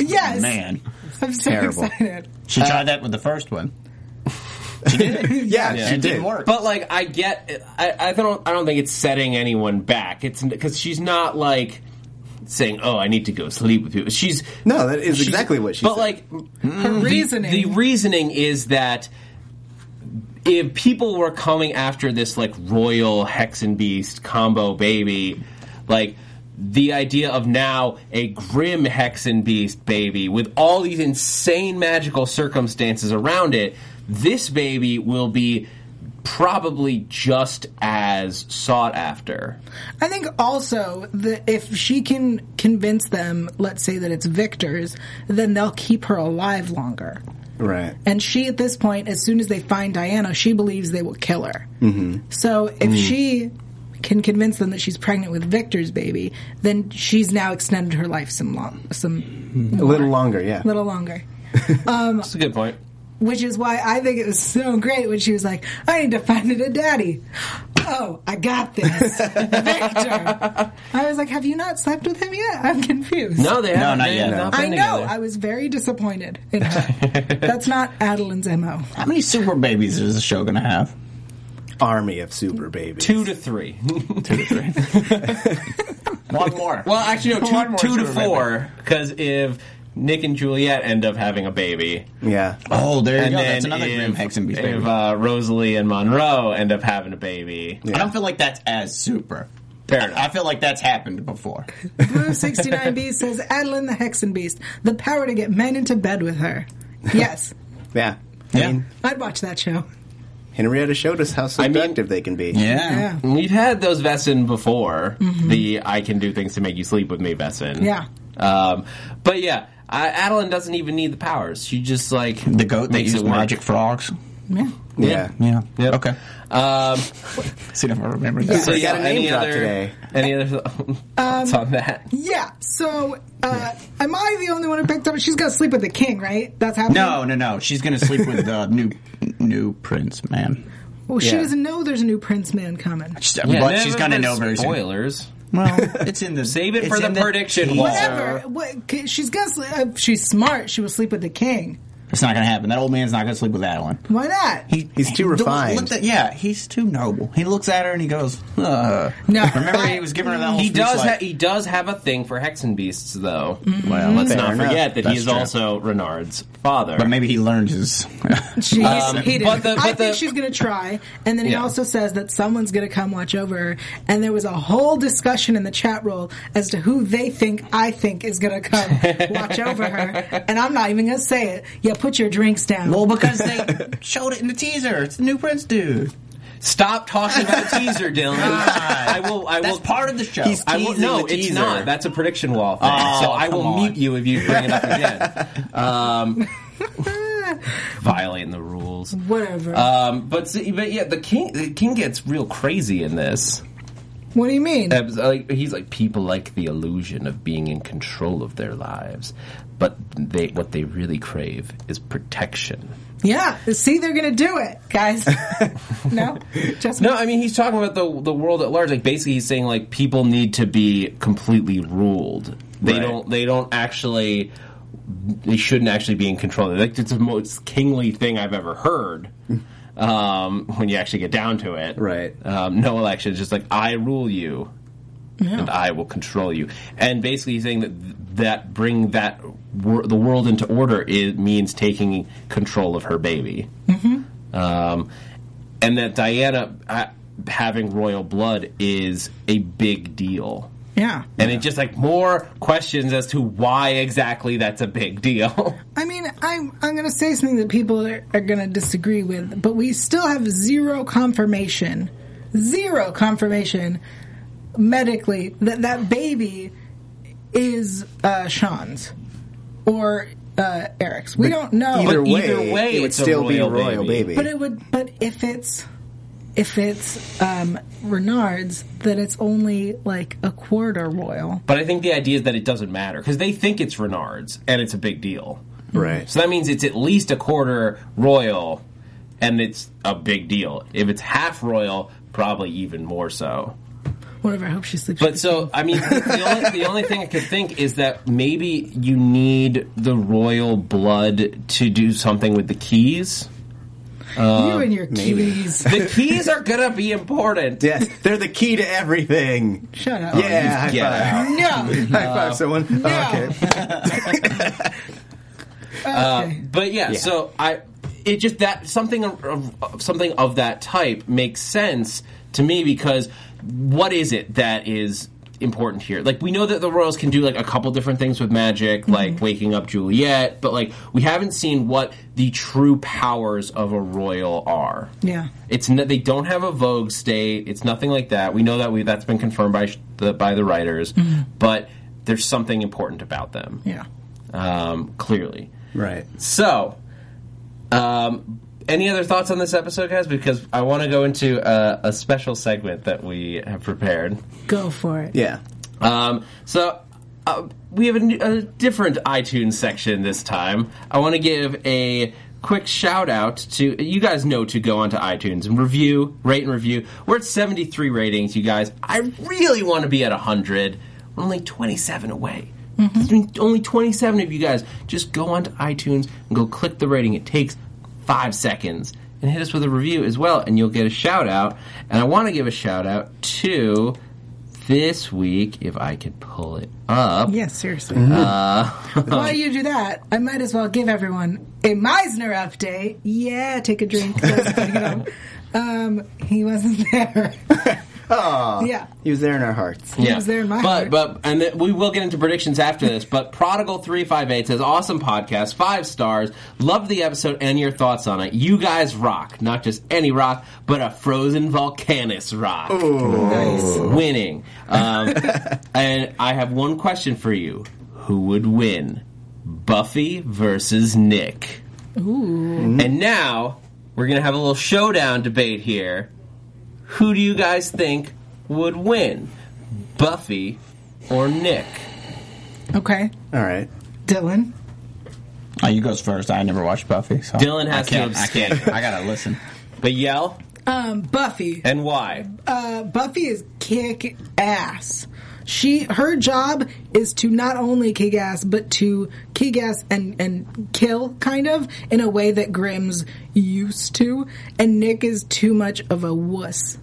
yes,
Man,
I'm so
terrible.
excited.
she tried that with the first one.
Yeah, she
It didn't work.
But like, I get, I, I don't, I don't think it's setting anyone back. It's because she's not like saying, "Oh, I need to go sleep with people." She's
No, that is
she's-
exactly what she
But
said.
like,
Her reasoning.
the reasoning is that if people were coming after this like royal hex and beast combo baby, like the idea of now a grim hex and beast baby with all these insane magical circumstances around it, this baby will be probably just as sought after.
I think also that if she can convince them, let's say that it's Victor's, then they'll keep her alive longer.
Right.
And she, at this point, as soon as they find Diana, she believes they will kill her. Mm-hmm. So if she can convince them that she's pregnant with Victor's baby, then she's now extended her life some long, some
A little longer, yeah.
little longer.
That's a good point.
Which is why I think it was so great when she was like, "I need to find it a daddy." Oh, I got this, Victor. I was like, "Have you not slept with him yet?" I'm confused.
No, they haven't.
not
they
yet.
have not
I
been
know.
together.
I was very disappointed in her. That's not Adeline's mo.
How many super babies is the show going to have?
Army of super babies.
Two to three.
One more.
Well, actually,
One
no,
more
two, two to
super baby.
four. Because if Nick and Juliet end up having a baby,
Yeah.
Oh, there you
and
go.
then
That's another
if,
Grim Hex and Beast
if,
baby.
uh, Rosalie and Monroe end up having a baby,
I don't feel like that's as super.
Fair enough.
I feel like that's happened before.
Blue 69B says Adeline the Hexen Beast, the power to get men into bed with her. Yes,
Yeah.
Yeah.
I'd watch that show.
Henrietta showed us how
mean-
seductive they can be.
Yeah.
Yeah.
we've had those Vessin before. The I can do things to make you sleep with me Vessin.
Yeah.
Um, but yeah, I, Adeline doesn't even need the powers. She just like
The goat that
makes
used
it work.
magic frogs.
Yeah.
Yeah.
Yeah.
Yep.
Okay.
Um,
See if I remember that.
so
We
yeah,
got a name
any
drop
other
today.
any other thoughts on that?
Yeah. So, uh, am I the only one who picked up? She's gonna sleep with the king, right? That's happening.
No, no, no. She's gonna sleep with the new new prince, man.
Well, she
Yeah.
doesn't know there's a new Prince Man coming.
but she's gonna know very soon.
spoilers.
Well, it's in the
Save it
it's
for the
in
prediction wall.
Whatever. What, c- she's gonna. Sleep, uh, she's smart. She will sleep with the king.
It's not going to happen. That old man's not going to sleep with that one.
Why not?
He,
He's too
look-
refined.
look at- yeah, he's too noble. He looks at her and he goes, Ugh.
No.
Remember, he was giving her that whole
He
speech
does.
like,
ha- he does have a thing for hexen beasts, though.
Well,
Let's
Mm. fair
not
enough.
forget that
That's
he is
true.
also Renard's father.
But maybe he learned his.
Jeez, he didn't.
Um, but the-
I
but
think
the-
she's going to try. And then he
Yeah.
also says that someone's going to come watch over her. And there was a whole discussion in the chat roll as to who they think I think is going to come watch over her. And I'm not even going to say it. Yeah, put your drinks down.
well, because they showed it in the teaser. It's the new Prince dude.
Stop talking about the teaser, Dylan. I will. I
That's
will.
part of the show.
He's I will,
teasing
no,
the
it's
teaser.
not. That's a prediction wall thing.
Oh,
so I
come
will
on.
mute you if you bring it up again. um, violating the rules.
Whatever.
Um, but see, but yeah, the king the king gets real crazy in this.
what do you mean?
It was like- He's like people like the illusion of being in control of their lives, but they what they really crave is protection.
yeah. See, they're going to do it, guys. no? Just
No, I mean he's talking about the the world at large. Like basically, he's saying like people need to be completely ruled. They
Right.
don't. They don't actually. They shouldn't actually be in control. Like it's the most kingly thing I've ever heard. Um, when you actually get down to it,
Right.
Um, no election. It's just like I rule you, and I will control you. And basically, he's saying that that bring that wor- the world into order it means taking control of her baby. Um, and that Diana uh, having royal blood is a big deal.
yeah.
And it just like more questions as to why exactly that's a big deal.
I mean, I'm I'm going to say something that people are, are going to disagree with, but we still have zero confirmation, zero confirmation medically that that baby is uh, Sean's or uh, Eric's. We don't know. e-,
Either
But
way,
either way,
it would
it's a
still be
royal
royal
baby.
baby.
But it would. But if it's if it's um, Renard's, then it's only like a quarter royal.
but I think the idea is that it doesn't matter because they think it's Renard's and it's a big deal.
right.
So that means it's at least a quarter royal and it's a big deal. If it's half royal, probably even more so.
Whatever. I hope she sleeps.
But so, I mean, the only, the only thing I could think is that maybe you need the royal blood to do something with the keys.
uh,
you and your keys.
The keys are gonna be important.
yes, they're the key to everything.
Shut up.
yeah, high
get
five.
out.
No.
High
Uh,
five someone. Oh, okay. Um,
Okay.
But yeah, so I, it just that something of, of- something of that type makes sense to me because what is it that is important here? Like we know that the royals can do like a couple different things with
Mm-hmm.
magic, like waking up Juliet, but like we haven't seen what the true powers of a royal are.
Yeah.
It's no, they don't have a vogue state. It's nothing like that. We know that we that's been confirmed by sh- the by the writers, but there's something important about them.
Mm-hmm. Yeah.
Um, clearly.
Right.
So, um, any other thoughts on this episode, guys? Because I want to go into uh, a special segment that we have prepared.
Go for it.
Yeah.
Um, so uh, we have a, new- a different iTunes section this time. I want to give a quick shout out to you guys know to go onto iTunes and review, rate and review. We're at 73 ratings, you guys. I really want to be at 100. We're only 27 away. Only 27 of you guys just go onto iTunes and go click the rating. It takes five seconds and hit us with a review as well, and you'll get a shout out. And I want to give a shout out to this week, if I could pull it up.
Yeah, seriously. While you do that, I might as well give everyone a Meisner update. Yeah, take a drink. You know, um, he wasn't there. yeah.
He was there in our hearts.
Yeah.
was there in my
but
heart.
but and th- we will get into predictions after this. But Prodigal three five eight says awesome podcast, five stars. Loved the episode and your thoughts on it. You guys rock, not just any rock, but a frozen volcanus rock.
Nice.
winning. Um, and I have one question for you: Who would win, Buffy versus Nick? Ooh. And now we're gonna have a little showdown debate here. Who do you guys think would win, Buffy or Nick?
Okay.
All right.
Dylan.
Oh, you goes first. I never watched Buffy. So
Dylan has
I can't,
to
I can't. I gotta listen.
But yell
Um, Buffy.
and why?
Uh, Buffy is kick ass. She her job is to not only kick ass, but to kick ass and and kill kind of in a way that Grimm's used to. And Nick is too much of a wuss.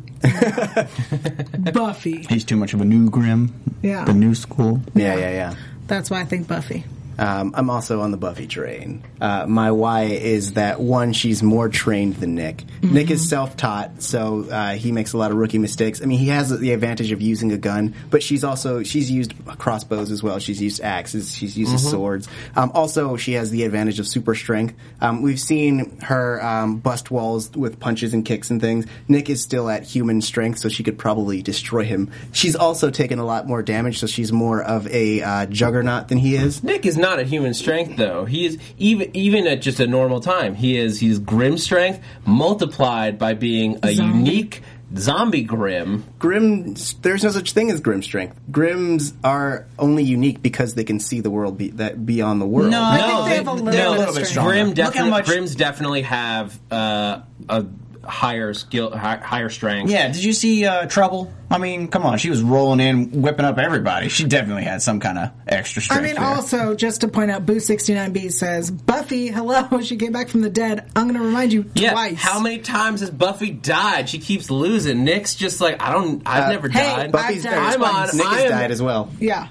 Buffy.
He's too much of a new Grim.
Yeah.
The new school.
Yeah, yeah, yeah.
That's why I think Buffy.
Um, I'm also on the Buffy train. Uh, my why is that one, she's more trained than Nick. Nick is self-taught, so uh, he makes a lot of rookie mistakes. I mean, he has the advantage of using a gun, but she's also she's used crossbows as well. She's used axes. She's uses swords. Um, also, she has the advantage of super strength. Um, we've seen her um, bust walls with punches and kicks and things. Nick is still at human strength, so she could probably destroy him. She's also taken a lot more damage, so she's more of a uh, juggernaut than he is.
Nick is not at human strength though. He is even even at just a normal time. He is he's grim strength multiplied by being a unique zombie grim.
Grim, there's no such thing as grim strength. Grims are only unique because they can see the world be, that beyond the world.
No, I think
they have a little bit stronger.
Grim
Look how
definitely,
much-
grims definitely have uh, a higher skill, hi, higher strength.
Yeah, did you see uh, Trouble? I mean, come on, she was rolling in, whipping up everybody. She definitely had some kind of extra
I
strength.
mean,
there.
also just to point out, Boo sixty nine B says Buffy. Hello, she came back from the dead. I'm going to remind you
Yeah,
twice.
How many times has Buffy died? She keeps losing. Nick's just like I don't. I've never
hey,
died.
Buffy-
Buffy's
I've
died.
died
I'm on-
twice. Nick
I
has
am-
died as well.
Yeah,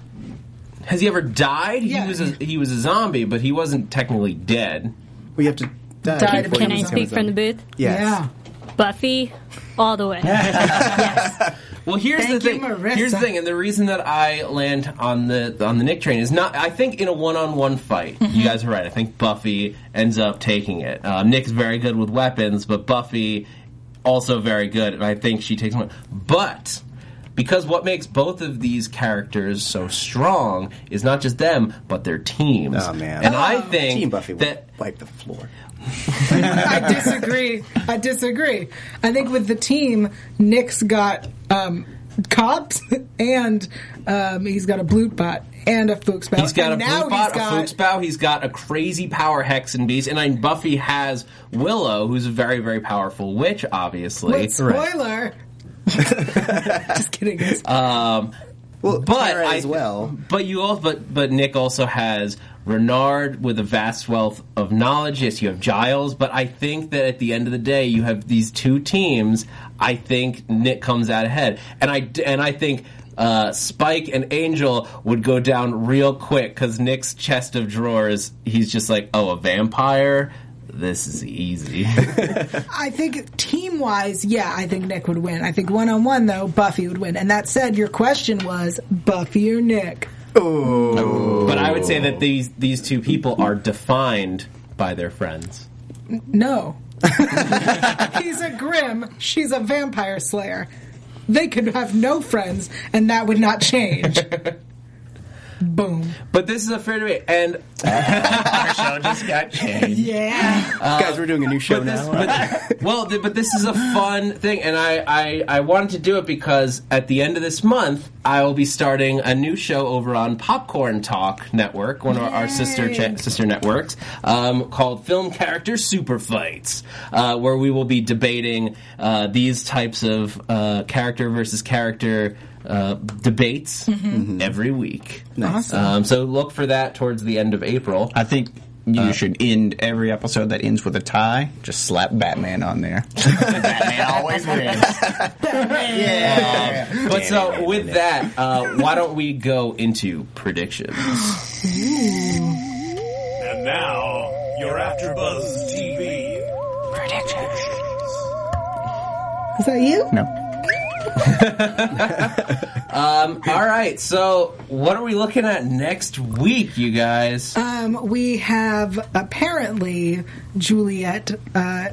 has he ever died?
Yeah.
He was a, he was a zombie, but he wasn't technically dead.
We have to die.
Died
before
Can I
he becomes
speak
a
from the
zombie.
booth?
Yes.
yeah.
Buffy, all the way.
Well, here's
Thank
the thing.
you, Marissa.
here's the thing, and the reason that I land on the on the Nick train is not. I think in a one-on-one fight,
Mm-hmm.
you guys are right. I think Buffy ends up taking it. Uh, Nick's very good with weapons, but Buffy also very good, and I think she takes one. But because what makes both of these characters so strong is not just them, but their teams.
Oh, man.
And I think
Team Buffy would
that
wipe the floor.
I disagree. I disagree. I think with the team, Nick's got um, cops and um, he's got a blute bot and a fuchs bot.
He's got
and
a
now
blue bot,
he's got,
a Fuchs bow. He's got a crazy power hex and beast, and then Buffy has Willow, who's a very, very powerful witch, obviously.
Wait, spoiler. Just kidding. guys.
Uh,
Well,
But
Tara
I-
as well.
But you also, but but Nick also has Renard with a vast wealth of knowledge. Yes, you have Giles, but I think that at the end of the day, you have these two teams. I think Nick comes out ahead, and I d- and I think. Uh, Spike and Angel would go down real quick because Nick's chest of drawers, he's just like, oh, a vampire? This is easy.
I think team wise, yeah, I think Nick would win. I think one on one though, Buffy would win. And that said, your question was Buffy or Nick?
but I would say that these, these two people are defined by their friends.
No. He's a grim. She's a vampire slayer. They could have no friends, and that would not change. Boom.
But this is a fair debate, and
our show just got changed.
Yeah.
uh,
Guys, we're doing a new show
But
now.
this- but- well, th- but this is a fun thing, and I, I, I wanted to do it because at the end of this month, I will be starting a new show over on Popcorn Talk Network, one of our, our sister cha- sister networks, um, called Film Character Super Fights, uh, where we will be debating uh, these types of uh, character versus character uh, debates
Mm-hmm.
every week. Nice. Um, so look for that towards the end of April.
I think you should end every episode that ends with a tie. Just slap Batman on there. Batman always wins.
Um, but so with that, uh, why don't we go into predictions?
And now, your AfterBuzz TV.
Is that you?
No.
All right, so what are we looking at next week, you guys?
Um, we have apparently Juliet uh,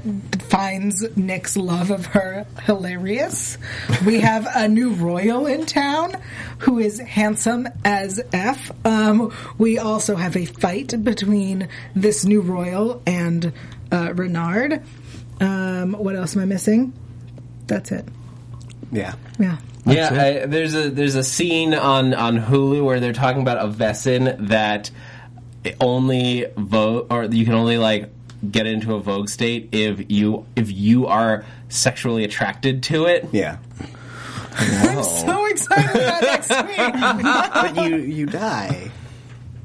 finds Nick's love of her hilarious. We have a new royal in town who is handsome as F. Um, we also have a fight between this new royal and uh, Renard. Um, what else am I missing? That's it.
yeah.
Yeah.
yeah, I, there's a there's a scene on on Hulu where they're talking about a Vessin that only vote or you can only like get into a Vogue state if you if you are sexually attracted to it.
Yeah.
I'm so excited about next week.
but you you die.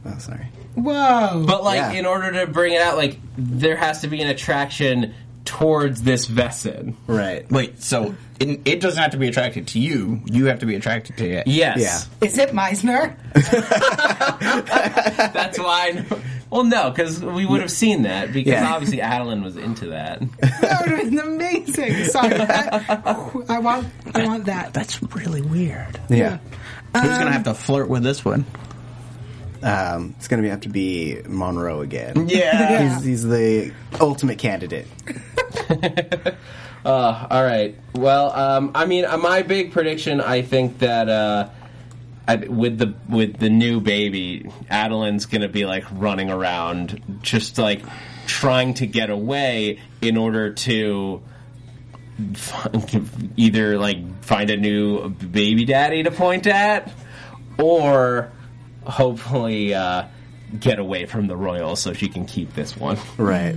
Oh, sorry.
Whoa.
But like,
Yeah.
in order to bring it out, like there has to be an attraction towards this Vessin.
Right.
Wait, so it, it doesn't have to be attracted to you. You have to be attracted to it.
Yes,
Yeah.
Is it Meisner?
that's why. I know. Well, no, because we would have seen that because
Yeah.
obviously Adeline was into that.
That would have been amazing. Sorry. I, I want I want that.
That's really weird.
Yeah.
Who's gonna have to flirt with this one?
Um, it's gonna be, have to be Monroe again.
Yeah.
He's, he's the ultimate candidate.
All right. Well, um, I mean, uh, my big prediction. I think that uh, I, with the with the new baby, Adeline's gonna be like running around, just like trying to get away in order to f- either like find a new baby daddy to point at, or hopefully uh, get away from the royal so she can keep this one.
Right.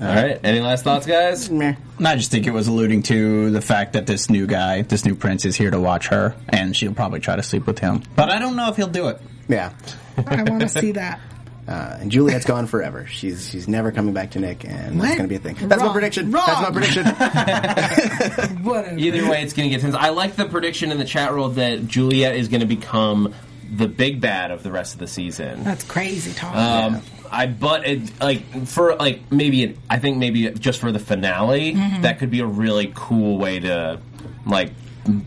All right. Any last thoughts, guys?
Meh.
I just think it was alluding to the fact that this new guy, this new prince, is here to watch her, and she'll probably try to sleep with him. But I don't know if he'll do it.
Yeah.
I want to see that.
Uh, and Juliet's gone forever. She's she's never coming back to Nick, and that's
What?
gonna be a thing. That's my
Wrong.
prediction.
Wrong.
That's my prediction.
Whatever.
Either way, it's going to get tense. I like the prediction in the chat roll that Juliet is going to become the big bad of the rest of the season.
That's crazy, Tom.
Um, I but it like for like maybe an, I think maybe just for the finale that could be a really cool way to like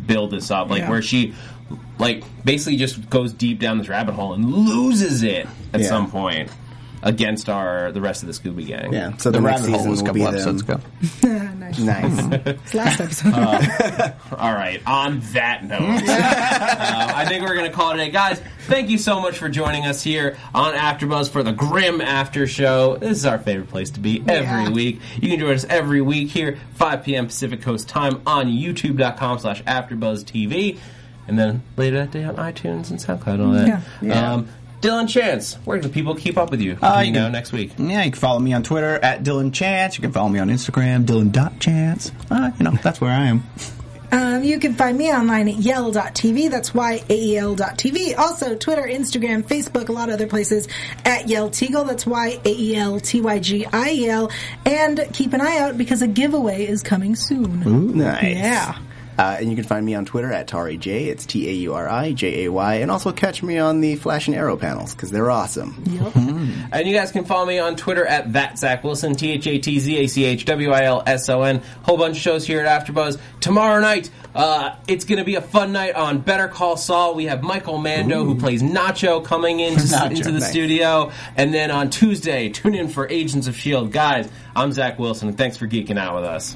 build this up like
Yeah.
where she like basically just goes deep down this rabbit hole and loses it at
Yeah.
some point against our the rest of the Scooby Gang.
yeah. So the, next season will be them.
nice.
Nice.
It's last episode.
uh,
All right. On that note, uh, I think we're going to call it a day, guys. Thank you so much for joining us here on AfterBuzz for the Grim After Show. This is our favorite place to be every
Yeah.
week. You can join us every week here, 5 p.m. Pacific Coast time on YouTube.com/slash AfterBuzz TV, and then later that day on iTunes and SoundCloud and all that.
Yeah.
Yeah.
Um, Dylan Chance, where can people keep up with you?
Uh,
you
you
know,
can-
next week.
Yeah, you can follow me on Twitter at Dylan Chance. You can follow me on Instagram, Dylan.Chance. Uh, you know, that's where I am.
Um, you can find me online at yell.tv. That's E Y-A-E-L.tv. Also, Twitter, Instagram, Facebook, a lot of other places at Yell Teagle. That's E Y-A-E-L-T-Y-G-I-E-L. E And keep an eye out because a giveaway is coming soon.
nice.
Yeah.
Uh, and you can find me on Twitter at Tari J. It's T A U R I J A Y. And also catch me on the Flash and Arrow panels because they're awesome.
And you guys can follow me on Twitter at that Zach Wilson, T H A T Z A C H W I L S O N. Whole bunch of shows here at AfterBuzz tomorrow night. Uh, it's going to be a fun night on Better Call Saul. We have Michael Mando who plays Nacho coming into,
Nacho,
into the
nice.
studio, and then on Tuesday, tune in for Agents of Shield. E Guys, I'm Zach Wilson, and thanks for geeking out with us.